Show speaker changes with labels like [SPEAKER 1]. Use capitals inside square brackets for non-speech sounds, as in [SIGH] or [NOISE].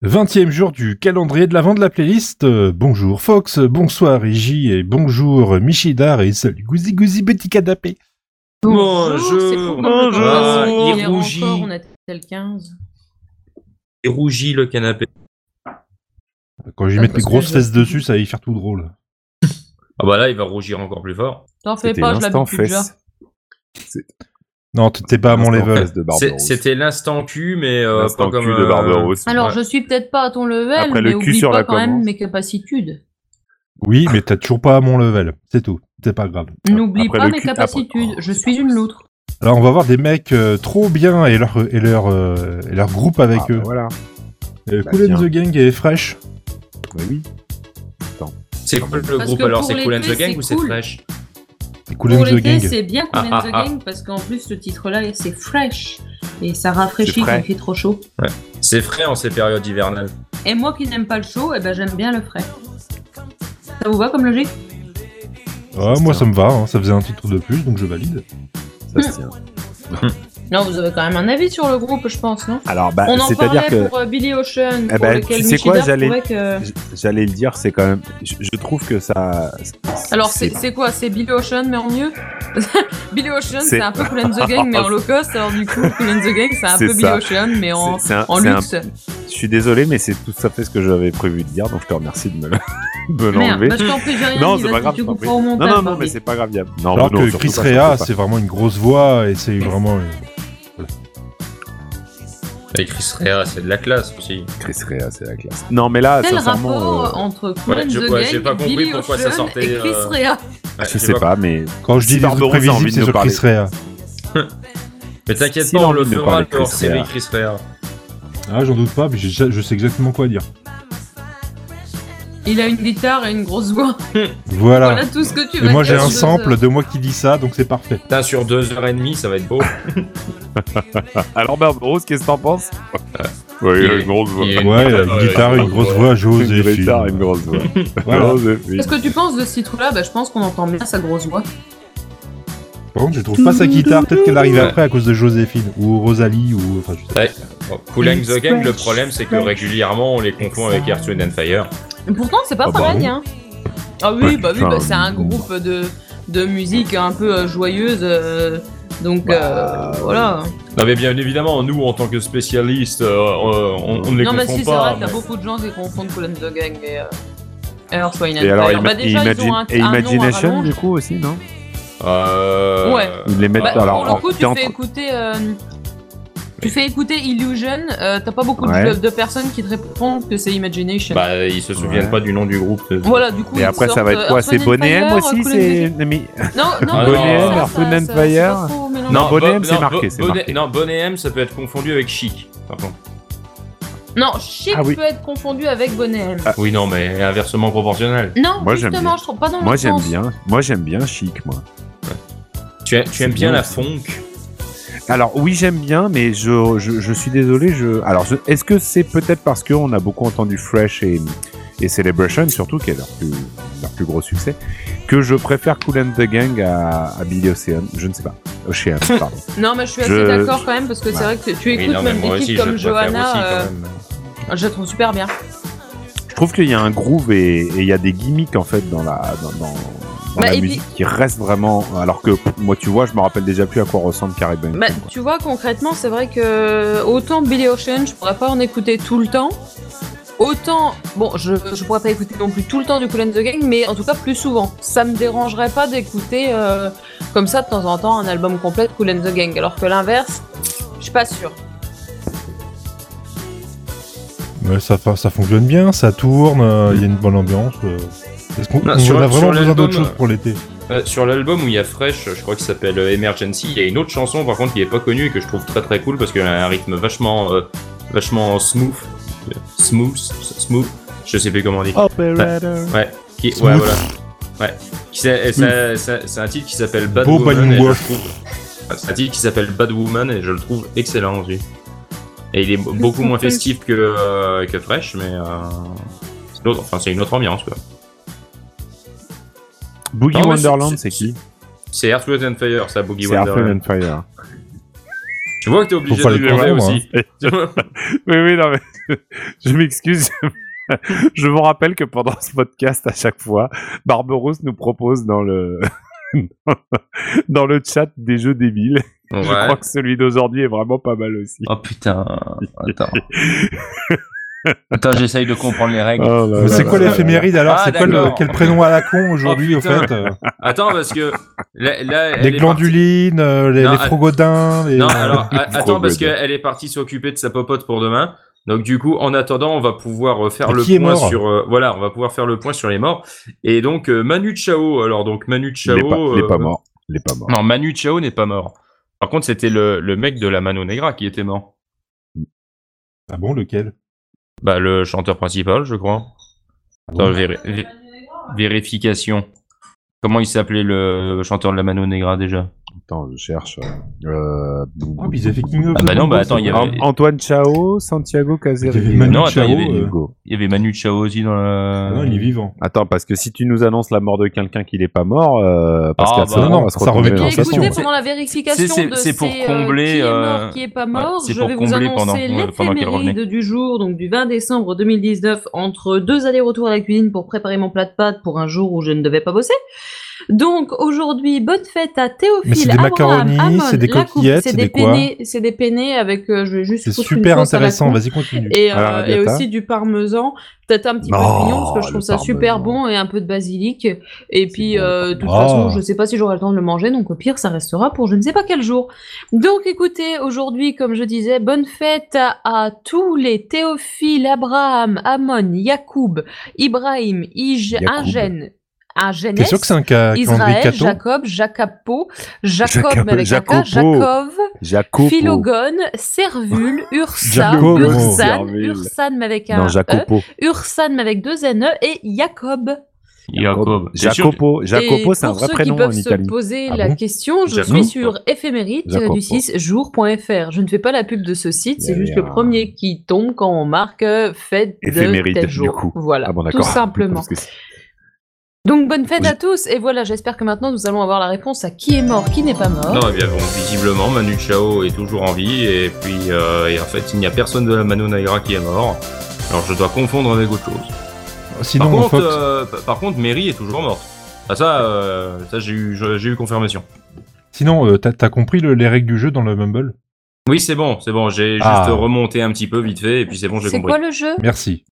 [SPEAKER 1] Vingtième jour du calendrier de l'avant de la playlist. Euh, bonjour Fox, bonsoir Iji et bonjour Michidar et salut Gouzi Gouzi Petit Canapé.
[SPEAKER 2] Bonjour,
[SPEAKER 3] c'est
[SPEAKER 2] bonjour,
[SPEAKER 3] complètement passé.
[SPEAKER 4] Ah,
[SPEAKER 2] il
[SPEAKER 3] Hier
[SPEAKER 2] rougit.
[SPEAKER 3] encore, on était le 15.
[SPEAKER 2] Et rougit le canapé.
[SPEAKER 1] Quand je vais
[SPEAKER 3] Ah,
[SPEAKER 1] mettre mes
[SPEAKER 3] parce que
[SPEAKER 1] grosses
[SPEAKER 3] je-
[SPEAKER 1] fesses dessus, ça va y faire tout drôle.
[SPEAKER 2] Ah bah là, il va rougir encore plus fort.
[SPEAKER 3] T'en fais
[SPEAKER 4] C'était
[SPEAKER 3] pas, je
[SPEAKER 4] l'instant
[SPEAKER 3] l'habitue déjà.
[SPEAKER 4] fesse.
[SPEAKER 1] Non, t- t'es pas à mon
[SPEAKER 4] L'instant
[SPEAKER 1] level.
[SPEAKER 4] fesse de
[SPEAKER 2] C'est-
[SPEAKER 4] Barberousse.
[SPEAKER 2] C'était l'instant cul, mais euh,
[SPEAKER 4] L'instant
[SPEAKER 2] pas comme.
[SPEAKER 4] cul de
[SPEAKER 2] euh,
[SPEAKER 4] Barberousse.
[SPEAKER 3] Alors,
[SPEAKER 2] Ouais.
[SPEAKER 3] je suis peut-être pas à ton level,
[SPEAKER 4] Après, le
[SPEAKER 3] mais
[SPEAKER 4] cul
[SPEAKER 3] oublie
[SPEAKER 4] sur
[SPEAKER 3] pas
[SPEAKER 4] la
[SPEAKER 3] quand même
[SPEAKER 4] commande.
[SPEAKER 3] mes capacitudes.
[SPEAKER 1] Oui, mais t'as toujours pas à mon level. C'est tout. C'est pas grave.
[SPEAKER 3] N'oublie
[SPEAKER 4] Ah, Après,
[SPEAKER 3] pas
[SPEAKER 4] le
[SPEAKER 3] mes
[SPEAKER 4] cul-
[SPEAKER 3] capacitudes,
[SPEAKER 4] après-
[SPEAKER 3] je suis une loutre.
[SPEAKER 1] Alors on va voir des mecs euh, trop bien et leur et leur euh, et leur groupe avec
[SPEAKER 4] Ah, bah
[SPEAKER 1] eux.
[SPEAKER 4] Voilà.
[SPEAKER 1] Euh,
[SPEAKER 4] bah
[SPEAKER 1] cool and
[SPEAKER 4] tiens.
[SPEAKER 1] the Gang et Fresh.
[SPEAKER 4] Bah oui.
[SPEAKER 2] C'est cool le
[SPEAKER 3] Parce
[SPEAKER 2] groupe
[SPEAKER 3] que
[SPEAKER 2] alors,
[SPEAKER 3] pour
[SPEAKER 2] c'est Cool and the
[SPEAKER 3] l'été,
[SPEAKER 2] Gang
[SPEAKER 3] c'est
[SPEAKER 2] ou c'est
[SPEAKER 3] cool.
[SPEAKER 2] Fresh
[SPEAKER 1] C'est Cool and
[SPEAKER 3] Pour
[SPEAKER 1] the
[SPEAKER 3] l'été,
[SPEAKER 1] Gang.
[SPEAKER 3] c'est bien qu'on
[SPEAKER 2] Ah,
[SPEAKER 3] [LAUGHS] aime
[SPEAKER 2] ah, ah.
[SPEAKER 3] The Gang, parce qu'en plus, ce titre-là, c'est fresh. Et ça rafraîchit
[SPEAKER 4] C'est
[SPEAKER 3] quand
[SPEAKER 4] frais.
[SPEAKER 3] il fait trop chaud.
[SPEAKER 2] C'est frais en ces périodes hivernales.
[SPEAKER 3] Et moi qui n'aime pas le chaud, eh ben, j'aime bien le frais. Ça vous va comme logique
[SPEAKER 1] Ah, moi ça me va, hein, ça faisait un titre de plus donc je valide.
[SPEAKER 4] Ça se tient.
[SPEAKER 3] Non, vous avez quand même un avis sur le groupe, je pense, non
[SPEAKER 4] [LAUGHS] Alors, bah,
[SPEAKER 3] On en
[SPEAKER 4] c'est-à-dire
[SPEAKER 3] parlait
[SPEAKER 4] que.
[SPEAKER 3] pour euh, Billy Ocean,
[SPEAKER 4] Eh
[SPEAKER 3] pour
[SPEAKER 4] ben,
[SPEAKER 3] lequel
[SPEAKER 4] tu sais quoi,
[SPEAKER 3] Michidar
[SPEAKER 4] j'allais-
[SPEAKER 3] trouvait que...
[SPEAKER 4] j- J'allais le dire, c'est quand même. Je, je trouve que ça.
[SPEAKER 3] Alors c'est c'est quoi C'est Billy Ocean mais en mieux [LAUGHS] Billy Ocean
[SPEAKER 4] C'est-
[SPEAKER 3] c'est un peu Cool and the Gang mais en low cost alors du
[SPEAKER 4] [LAUGHS]
[SPEAKER 3] coup Cool and the Gang c'est un
[SPEAKER 4] C'est
[SPEAKER 3] peu Billy
[SPEAKER 4] ça.
[SPEAKER 3] Ocean mais en,
[SPEAKER 4] c'est- c'est un-
[SPEAKER 3] en
[SPEAKER 4] c'est un-
[SPEAKER 3] luxe.
[SPEAKER 4] Je suis désolé, mais c'est tout à fait ce que j'avais prévu de dire, donc je te remercie de me le- [LAUGHS] de
[SPEAKER 3] Merde,
[SPEAKER 4] l'enlever.
[SPEAKER 3] bah, je t'en prie j'ai rien
[SPEAKER 4] Non,
[SPEAKER 3] dit,
[SPEAKER 4] c'est
[SPEAKER 3] vas-y,
[SPEAKER 4] pas grave,
[SPEAKER 3] tu
[SPEAKER 4] je t'en
[SPEAKER 3] couperas au
[SPEAKER 4] Non,
[SPEAKER 3] montage.
[SPEAKER 4] non, non,
[SPEAKER 3] Barbie.
[SPEAKER 4] mais c'est pas grave. y a- Non,
[SPEAKER 1] Alors
[SPEAKER 4] Ah, non,
[SPEAKER 1] que
[SPEAKER 4] surtout
[SPEAKER 1] Chris
[SPEAKER 4] pas,
[SPEAKER 1] Rea,
[SPEAKER 4] surtout
[SPEAKER 1] c'est vraiment une grosse voix et c'est vraiment euh,
[SPEAKER 2] Et Bah, Chris Rea, c'est de la classe aussi.
[SPEAKER 4] pas. Chris Rea, c'est la classe. Non, mais là,
[SPEAKER 3] Quel
[SPEAKER 4] sincèrement,
[SPEAKER 3] rapport
[SPEAKER 4] euh,
[SPEAKER 3] euh, entre Cool
[SPEAKER 2] Ouais,
[SPEAKER 3] and
[SPEAKER 2] je-
[SPEAKER 3] the
[SPEAKER 2] ouais,
[SPEAKER 3] Gang,
[SPEAKER 2] j'ai pas compris
[SPEAKER 3] Billy
[SPEAKER 2] pourquoi ça
[SPEAKER 3] Ocean
[SPEAKER 2] sortait,
[SPEAKER 3] et Chris
[SPEAKER 2] euh,
[SPEAKER 3] Rea
[SPEAKER 2] Ouais,
[SPEAKER 4] Ah, je sais pas, mais
[SPEAKER 1] quand je dis
[SPEAKER 4] Si
[SPEAKER 1] les trucs
[SPEAKER 4] Barberousse a
[SPEAKER 1] prévisibles,
[SPEAKER 4] envie de
[SPEAKER 1] c'est
[SPEAKER 4] nous
[SPEAKER 1] sur Chris Rea.
[SPEAKER 2] Mais t'inquiète
[SPEAKER 4] Si
[SPEAKER 2] pas, on
[SPEAKER 4] l'envie
[SPEAKER 2] le
[SPEAKER 4] de me
[SPEAKER 2] fera
[SPEAKER 4] parler
[SPEAKER 2] le
[SPEAKER 4] de Chris
[SPEAKER 2] hors série
[SPEAKER 4] Rea.
[SPEAKER 2] Chris Rea.
[SPEAKER 1] Ah, j'en doute pas, mais je, je sais exactement quoi dire.
[SPEAKER 3] Il a une guitare et une grosse voix.
[SPEAKER 4] Ah.
[SPEAKER 1] Voilà.
[SPEAKER 3] Voilà tout ce que tu
[SPEAKER 1] et
[SPEAKER 3] vas
[SPEAKER 1] moi j'ai
[SPEAKER 3] dire
[SPEAKER 1] un
[SPEAKER 3] sur ce-
[SPEAKER 1] sample de moi qui dit ça, donc c'est parfait.
[SPEAKER 2] Putain, sur deux heures et demie, ça va être beau.
[SPEAKER 4] Alors, Barberousse, qu'est-ce que t'en penses
[SPEAKER 2] Il
[SPEAKER 4] Oui,
[SPEAKER 2] est-
[SPEAKER 4] une grosse voix.
[SPEAKER 2] il est-
[SPEAKER 1] Ouais,
[SPEAKER 2] une
[SPEAKER 1] une
[SPEAKER 2] grosse
[SPEAKER 1] guitare,
[SPEAKER 2] voix.
[SPEAKER 1] une grosse voix,
[SPEAKER 4] Une
[SPEAKER 1] Joséphine.
[SPEAKER 4] guitare, une grosse voix.
[SPEAKER 1] Voilà.
[SPEAKER 4] Joséphine.
[SPEAKER 3] Qu'est-ce que tu penses de ce titre-là Bah, je pense qu'on entend bien sa grosse voix.
[SPEAKER 1] Par contre, je trouve pas sa guitare, peut-être qu'elle arrive après à cause de Joséphine, ou Rosalie, ou... Enfin, je sais pas.
[SPEAKER 2] Ouais. Bon, cool and the Gang, le problème, c'est que régulièrement, on les confond avec Earth, Wind and Fire.
[SPEAKER 3] Et Pourtant, c'est pas
[SPEAKER 4] Ah bah
[SPEAKER 3] pareil,
[SPEAKER 4] non.
[SPEAKER 3] hein. Ah oui,
[SPEAKER 4] Ouais,
[SPEAKER 3] bah oui,
[SPEAKER 4] putain,
[SPEAKER 3] bah, c'est un
[SPEAKER 4] oui.
[SPEAKER 3] groupe de, de musique un peu euh, joyeuse. euh, donc
[SPEAKER 4] Bah,
[SPEAKER 3] euh, voilà.
[SPEAKER 2] Non, mais bien évidemment, nous, en tant que spécialistes, euh, euh, on, on ne les
[SPEAKER 3] Non, mais
[SPEAKER 2] confond
[SPEAKER 3] si, c'est
[SPEAKER 2] pas.
[SPEAKER 3] vrai, t'as
[SPEAKER 2] mais-
[SPEAKER 3] beaucoup de gens qui confondent Colin de Gang et euh, Earth, Wine and
[SPEAKER 4] Et alors,
[SPEAKER 3] Fire.
[SPEAKER 4] ima-
[SPEAKER 3] Bah, déjà, ils
[SPEAKER 4] imagine-
[SPEAKER 3] ont un,
[SPEAKER 4] et
[SPEAKER 3] un nom à
[SPEAKER 4] Imagination,
[SPEAKER 3] rallonge.
[SPEAKER 4] du coup, aussi, non
[SPEAKER 2] Euh...
[SPEAKER 3] Ouais.
[SPEAKER 4] Ils les mettent
[SPEAKER 3] Bah,
[SPEAKER 2] Ah,
[SPEAKER 4] alors.
[SPEAKER 3] pour le coup,
[SPEAKER 4] t'es
[SPEAKER 3] tu
[SPEAKER 4] en
[SPEAKER 3] fais
[SPEAKER 4] train-
[SPEAKER 3] écouter. euh, tu fais écouter Illusion, euh, t'as pas beaucoup de-
[SPEAKER 4] Ouais.
[SPEAKER 3] de, personnes qui te répondent que c'est Imagination.
[SPEAKER 2] Bah, ils se souviennent
[SPEAKER 4] Ouais.
[SPEAKER 2] pas du nom du groupe.
[SPEAKER 3] euh,
[SPEAKER 2] euh,
[SPEAKER 3] voilà, du coup.
[SPEAKER 4] Et
[SPEAKER 3] ils
[SPEAKER 4] après, ça
[SPEAKER 3] sortent,
[SPEAKER 4] va être
[SPEAKER 3] euh,
[SPEAKER 4] quoi
[SPEAKER 3] Earth,
[SPEAKER 4] C'est
[SPEAKER 3] Wind and
[SPEAKER 4] Bonnet
[SPEAKER 3] Fire,
[SPEAKER 4] aussi
[SPEAKER 3] Cool and the
[SPEAKER 4] C'est.
[SPEAKER 3] Gang.
[SPEAKER 4] mais-
[SPEAKER 3] Non, non,
[SPEAKER 2] Ah,
[SPEAKER 3] mais
[SPEAKER 2] Bonnet M,
[SPEAKER 3] ça,
[SPEAKER 4] Earth, Wind
[SPEAKER 3] ça,
[SPEAKER 4] and
[SPEAKER 3] ça, c'est
[SPEAKER 4] Fire.
[SPEAKER 3] pas trop mélangé.
[SPEAKER 4] Non, Bonnet M,
[SPEAKER 2] Bo-
[SPEAKER 4] c'est
[SPEAKER 2] non,
[SPEAKER 4] marqué,
[SPEAKER 2] Bo-
[SPEAKER 4] c'est marqué.
[SPEAKER 2] Bonnet- Non, Bonnet M, ça peut être confondu avec Chic. par contre.
[SPEAKER 3] Non, chic
[SPEAKER 4] Ah oui.
[SPEAKER 3] peut être confondu avec bonnet.
[SPEAKER 4] Ah.
[SPEAKER 2] Oui, non, mais inversement proportionnel.
[SPEAKER 3] Non,
[SPEAKER 4] Moi, j'aime
[SPEAKER 3] justement,
[SPEAKER 4] bien.
[SPEAKER 3] je trouve pas dans
[SPEAKER 4] Moi,
[SPEAKER 3] l'autre
[SPEAKER 4] j'aime
[SPEAKER 3] sens.
[SPEAKER 4] bien. Moi, j'aime bien chic, moi.
[SPEAKER 2] Tu, a- tu aimes bien
[SPEAKER 4] bien
[SPEAKER 2] la
[SPEAKER 4] aussi.
[SPEAKER 2] funk
[SPEAKER 4] Alors oui, j'aime bien, mais je, je, je suis désolé. Je... Alors, je- est-ce que c'est peut-être parce qu'on a beaucoup entendu Fresh et, et Celebration, surtout, qui est leur plus, leur plus gros succès, que je préfère Cool and the Gang à, à Billy Ocean Je ne sais pas. Ocean, pardon.
[SPEAKER 3] Non, mais je suis assez
[SPEAKER 4] Je-
[SPEAKER 3] d'accord quand même parce que c'est
[SPEAKER 4] Ouais.
[SPEAKER 3] vrai que tu
[SPEAKER 2] Oui,
[SPEAKER 3] écoutes
[SPEAKER 2] non, mais
[SPEAKER 3] même des titres comme
[SPEAKER 2] préfère
[SPEAKER 3] Johanna, euh,
[SPEAKER 2] quand même.
[SPEAKER 3] je la trouve super bien.
[SPEAKER 4] Je trouve qu'il y a un groove et, et il y a des gimmicks, en fait, dans la, dans, dans, dans
[SPEAKER 3] Bah,
[SPEAKER 4] la
[SPEAKER 3] et
[SPEAKER 4] musique qui restent vraiment... Alors que, pff, moi, tu vois, je me rappelle déjà plus à quoi ressemble Caribbean.
[SPEAKER 3] Bah,
[SPEAKER 4] Crew, quoi.
[SPEAKER 3] tu vois, concrètement, c'est vrai que autant Billy Ocean, je pourrais pas en écouter tout le temps. Autant, bon, je, je pourrais pas écouter non plus tout le temps du Cool and the Gang, mais en tout cas plus souvent. Ça me dérangerait pas d'écouter euh, comme ça de temps en temps un album complet de Cool and the Gang, alors que l'inverse, je suis pas sûre.
[SPEAKER 1] Ouais, ça, fa- ça fonctionne bien, ça tourne, euh, il y a une bonne ambiance. euh. Est-ce qu'on
[SPEAKER 2] Ah,
[SPEAKER 1] on a
[SPEAKER 2] sur- sur
[SPEAKER 1] vraiment besoin
[SPEAKER 2] l'album,
[SPEAKER 1] d'autre chose pour l'été
[SPEAKER 2] Euh, sur l'album où il y a Fresh, je crois qu'il s'appelle euh, Emergency, il y a une autre chanson par contre qui est pas connue et que je trouve très très cool parce qu'elle a un rythme vachement, euh, vachement smooth. Euh, Smooth, smooth, je sais plus comment on dit. Ouais, qui, ouais,
[SPEAKER 1] Smooth.
[SPEAKER 2] voilà. Ouais. Qui c'est- et ça- ça- c'est un titre qui s'appelle Bad
[SPEAKER 1] Beau
[SPEAKER 2] Woman. et je le
[SPEAKER 1] Ballingworth.
[SPEAKER 2] trouve- Ah, C'est un titre qui s'appelle Bad Woman et je le trouve excellent aussi. Et il est b- beaucoup moins festif que, euh, que Fresh, mais euh, c'est l'autre- enfin, c'est une autre ambiance quoi.
[SPEAKER 4] Boogie
[SPEAKER 2] Non, mais
[SPEAKER 4] Wonderland,
[SPEAKER 2] c'est-
[SPEAKER 4] c'est qui
[SPEAKER 2] C'est Earth, Wind and Fire, ça, Boogie
[SPEAKER 4] C'est Earthwind
[SPEAKER 2] Wonderland.
[SPEAKER 4] and Fire.
[SPEAKER 2] Tu vois que t'es obligé
[SPEAKER 1] Faut pas
[SPEAKER 2] de
[SPEAKER 1] les
[SPEAKER 2] le demander [LAUGHS]
[SPEAKER 1] confondre,
[SPEAKER 2] aussi. Tu vois
[SPEAKER 4] [LAUGHS] Oui, oui, non, mais [LAUGHS] je m'excuse. [LAUGHS] je vous rappelle que pendant ce podcast, à chaque fois, Barberousse nous propose dans le [LAUGHS] dans le chat des jeux débiles.
[SPEAKER 2] Ouais.
[SPEAKER 4] Je crois que celui d'aujourd'hui est vraiment pas mal aussi.
[SPEAKER 5] Oh putain. Attends. Attends, j'essaye de comprendre les règles.
[SPEAKER 4] Oh là
[SPEAKER 1] Mais
[SPEAKER 4] là
[SPEAKER 1] c'est
[SPEAKER 4] là
[SPEAKER 1] quoi
[SPEAKER 4] là.
[SPEAKER 1] l'éphéméride alors
[SPEAKER 5] Ah,
[SPEAKER 1] C'est quoi le,
[SPEAKER 5] d'accord.
[SPEAKER 1] quel prénom à la con aujourd'hui
[SPEAKER 2] Oh,
[SPEAKER 1] au
[SPEAKER 2] putain.
[SPEAKER 1] fait euh,
[SPEAKER 2] Attends, parce que. Là, là, elle
[SPEAKER 1] Des
[SPEAKER 2] est partie-
[SPEAKER 1] glandulines, euh, les,
[SPEAKER 2] Non,
[SPEAKER 1] les
[SPEAKER 2] att-
[SPEAKER 1] frogodins, les... euh,
[SPEAKER 2] Non,
[SPEAKER 4] euh,
[SPEAKER 2] alors,
[SPEAKER 4] [LAUGHS]
[SPEAKER 2] a- attends,
[SPEAKER 4] Trop
[SPEAKER 2] parce
[SPEAKER 4] good.
[SPEAKER 2] qu'elle est partie s'occuper de sa popote pour demain. Donc, du coup, en attendant, on va pouvoir euh,
[SPEAKER 4] Ah,
[SPEAKER 2] faire
[SPEAKER 1] Mais
[SPEAKER 2] le
[SPEAKER 1] qui est
[SPEAKER 2] point
[SPEAKER 1] mort
[SPEAKER 2] sur. euh, voilà, on va pouvoir faire le point sur les morts. Et donc, euh, Manu Chao. Alors, donc, Manu
[SPEAKER 4] Il
[SPEAKER 2] Chao.
[SPEAKER 4] est pas, il est
[SPEAKER 2] euh,
[SPEAKER 4] pas mort. Il est pas mort.
[SPEAKER 2] Non, Manu Chao n'est pas mort. Par contre, c'était le, le mec de la Mano Negra qui était mort.
[SPEAKER 1] Ah bon, lequel
[SPEAKER 2] Bah, le chanteur principal, je crois. Attends, véri- vé- vérification. Comment il s'appelait le chanteur de la Mano Negra déjà
[SPEAKER 4] Attends, je cherche. Euh...
[SPEAKER 1] Ah, puis ils avaient King of
[SPEAKER 2] Ah
[SPEAKER 1] the
[SPEAKER 2] bah non,
[SPEAKER 1] Bongo,
[SPEAKER 2] bah attends,
[SPEAKER 1] c'est
[SPEAKER 2] il y
[SPEAKER 1] vrai.
[SPEAKER 2] avait-
[SPEAKER 4] An- Antoine Chao, Santiago
[SPEAKER 1] Il y avait
[SPEAKER 4] Caserio.
[SPEAKER 1] Manu
[SPEAKER 2] Non, attends, il y
[SPEAKER 1] Chao,
[SPEAKER 2] avait- euh,
[SPEAKER 1] euh,
[SPEAKER 2] Il y avait Manu Chao aussi dans
[SPEAKER 1] ah
[SPEAKER 2] la.
[SPEAKER 1] Non, il est vivant.
[SPEAKER 4] Attends, parce que si tu nous annonces la mort de quelqu'un qui n'est pas mort, euh, Pascal
[SPEAKER 2] Ah, bah,
[SPEAKER 4] Sevran
[SPEAKER 1] non,
[SPEAKER 4] va se
[SPEAKER 1] ça
[SPEAKER 4] retourner
[SPEAKER 1] remet tout
[SPEAKER 4] dans
[SPEAKER 1] en
[SPEAKER 3] J'ai
[SPEAKER 4] sa
[SPEAKER 1] question.
[SPEAKER 3] écouté
[SPEAKER 4] tombe.
[SPEAKER 3] pendant la vérification
[SPEAKER 2] C'est- c'est-
[SPEAKER 3] de
[SPEAKER 2] c'est pour
[SPEAKER 3] ces, euh,
[SPEAKER 2] combler,
[SPEAKER 3] qui est
[SPEAKER 2] euh,
[SPEAKER 3] mort, qui est pas mort.
[SPEAKER 2] c'est
[SPEAKER 3] je
[SPEAKER 2] pour
[SPEAKER 3] vais vous
[SPEAKER 2] combler
[SPEAKER 3] annoncer
[SPEAKER 2] pendant- euh, pendant qu'elle
[SPEAKER 3] l'éphéméride du jour, donc du 20 décembre 2019, entre deux allers-retours à la cuisine pour préparer mon plat de pâtes pour un jour où je ne devais pas bosser. Donc aujourd'hui, bonne fête
[SPEAKER 1] Mais
[SPEAKER 3] à
[SPEAKER 1] c'est
[SPEAKER 3] Théophile,
[SPEAKER 1] des
[SPEAKER 3] Abraham,
[SPEAKER 1] macaronis,
[SPEAKER 3] Hamon,
[SPEAKER 1] c'est des
[SPEAKER 3] Lacoupe,
[SPEAKER 1] coquillettes,
[SPEAKER 3] c'est
[SPEAKER 1] c'est
[SPEAKER 3] des
[SPEAKER 1] des quoi
[SPEAKER 3] penne- c'est des penne avec, euh, je vais juste
[SPEAKER 1] C'est
[SPEAKER 3] foutre une
[SPEAKER 1] super
[SPEAKER 3] sauce à la
[SPEAKER 1] intéressant,
[SPEAKER 3] con.
[SPEAKER 1] vas-y continue.
[SPEAKER 3] Et,
[SPEAKER 4] À la
[SPEAKER 3] euh, et
[SPEAKER 4] raviata.
[SPEAKER 3] aussi du parmesan, peut-être un petit peu
[SPEAKER 4] Oh,
[SPEAKER 3] de pignon, parce que je
[SPEAKER 4] le
[SPEAKER 3] trouve ça
[SPEAKER 4] parmesan.
[SPEAKER 3] super bon, et un peu de basilic. Et
[SPEAKER 4] bon,
[SPEAKER 3] puis,
[SPEAKER 4] le
[SPEAKER 3] euh, de toute
[SPEAKER 1] parmesan.
[SPEAKER 3] façon,
[SPEAKER 1] Oh.
[SPEAKER 3] je sais pas si j'aurai le temps de le manger, donc au pire, ça restera pour je ne sais pas quel jour. Donc écoutez, aujourd'hui, comme je disais, bonne fête à, à tous les Théophile, Abraham, Amon, Yacoub, Ibrahim, Ige,
[SPEAKER 4] Yacoub.
[SPEAKER 3] Ingène, Ingènes,
[SPEAKER 1] T'es sûr que c'est un cas
[SPEAKER 3] Israël,
[SPEAKER 1] Cato
[SPEAKER 3] Jacob, Jacopo, Jacob,
[SPEAKER 4] Jacob-
[SPEAKER 3] mais avec un K,
[SPEAKER 4] Jacopo.
[SPEAKER 3] Jacob,
[SPEAKER 4] Jacopo.
[SPEAKER 3] Philogone, Cervule, Ursa,
[SPEAKER 1] Jacobo.
[SPEAKER 3] Ursan,
[SPEAKER 4] Cervule.
[SPEAKER 3] Ursan mais avec un
[SPEAKER 4] Non,
[SPEAKER 3] E,
[SPEAKER 4] Jacopo.
[SPEAKER 3] Ursan mais avec deux N E et Jacob.
[SPEAKER 2] Jacob. C'est sûr que-
[SPEAKER 4] Jacopo. Jacopo,
[SPEAKER 3] Et
[SPEAKER 4] c'est un
[SPEAKER 3] pour
[SPEAKER 4] vrai
[SPEAKER 3] ceux
[SPEAKER 4] prénom
[SPEAKER 3] qui
[SPEAKER 4] en
[SPEAKER 3] peuvent se
[SPEAKER 4] Italie.
[SPEAKER 3] poser
[SPEAKER 1] Ah
[SPEAKER 3] la
[SPEAKER 1] bon
[SPEAKER 3] question, je
[SPEAKER 2] Jacopo.
[SPEAKER 3] suis sur
[SPEAKER 4] Jacopo.
[SPEAKER 3] éphéméride-du6jour.fr. Je ne fais pas la pub de ce site, c'est
[SPEAKER 4] Il y
[SPEAKER 3] juste
[SPEAKER 4] avait
[SPEAKER 3] le
[SPEAKER 4] un-
[SPEAKER 3] premier qui tombe quand on marque euh, fête
[SPEAKER 4] Éphéméride,
[SPEAKER 3] de tel
[SPEAKER 4] du
[SPEAKER 3] jour.
[SPEAKER 4] coup.
[SPEAKER 3] Voilà,
[SPEAKER 4] Ah bon,
[SPEAKER 3] tout
[SPEAKER 4] d'accord.
[SPEAKER 3] simplement.
[SPEAKER 4] Parce que c'est-
[SPEAKER 3] Donc bonne fête
[SPEAKER 4] Je-
[SPEAKER 3] à tous et voilà, j'espère que maintenant nous allons avoir la réponse à qui est mort, qui n'est pas mort.
[SPEAKER 2] Non, eh bien, bon, visiblement, Manu Chao est toujours en vie, et puis, euh, et en fait, il n'y a personne de la Mano Negra qui est mort. Alors, je dois confondre avec autre chose. Par
[SPEAKER 1] Sinon,
[SPEAKER 2] contre,
[SPEAKER 1] Fox,
[SPEAKER 2] euh, pa- par contre, Mary est toujours morte. Ah, ça, euh, ça j'ai eu, je- j'ai eu confirmation.
[SPEAKER 1] sinon euh, t'as t'as compris le- les règles du jeu dans le Mumble
[SPEAKER 2] Oui, c'est bon, c'est bon, j'ai
[SPEAKER 1] Ah.
[SPEAKER 2] juste remonté un petit peu vite fait, et puis c'est bon, j'ai
[SPEAKER 3] c'est
[SPEAKER 2] compris.
[SPEAKER 3] quoi le jeu
[SPEAKER 1] Merci.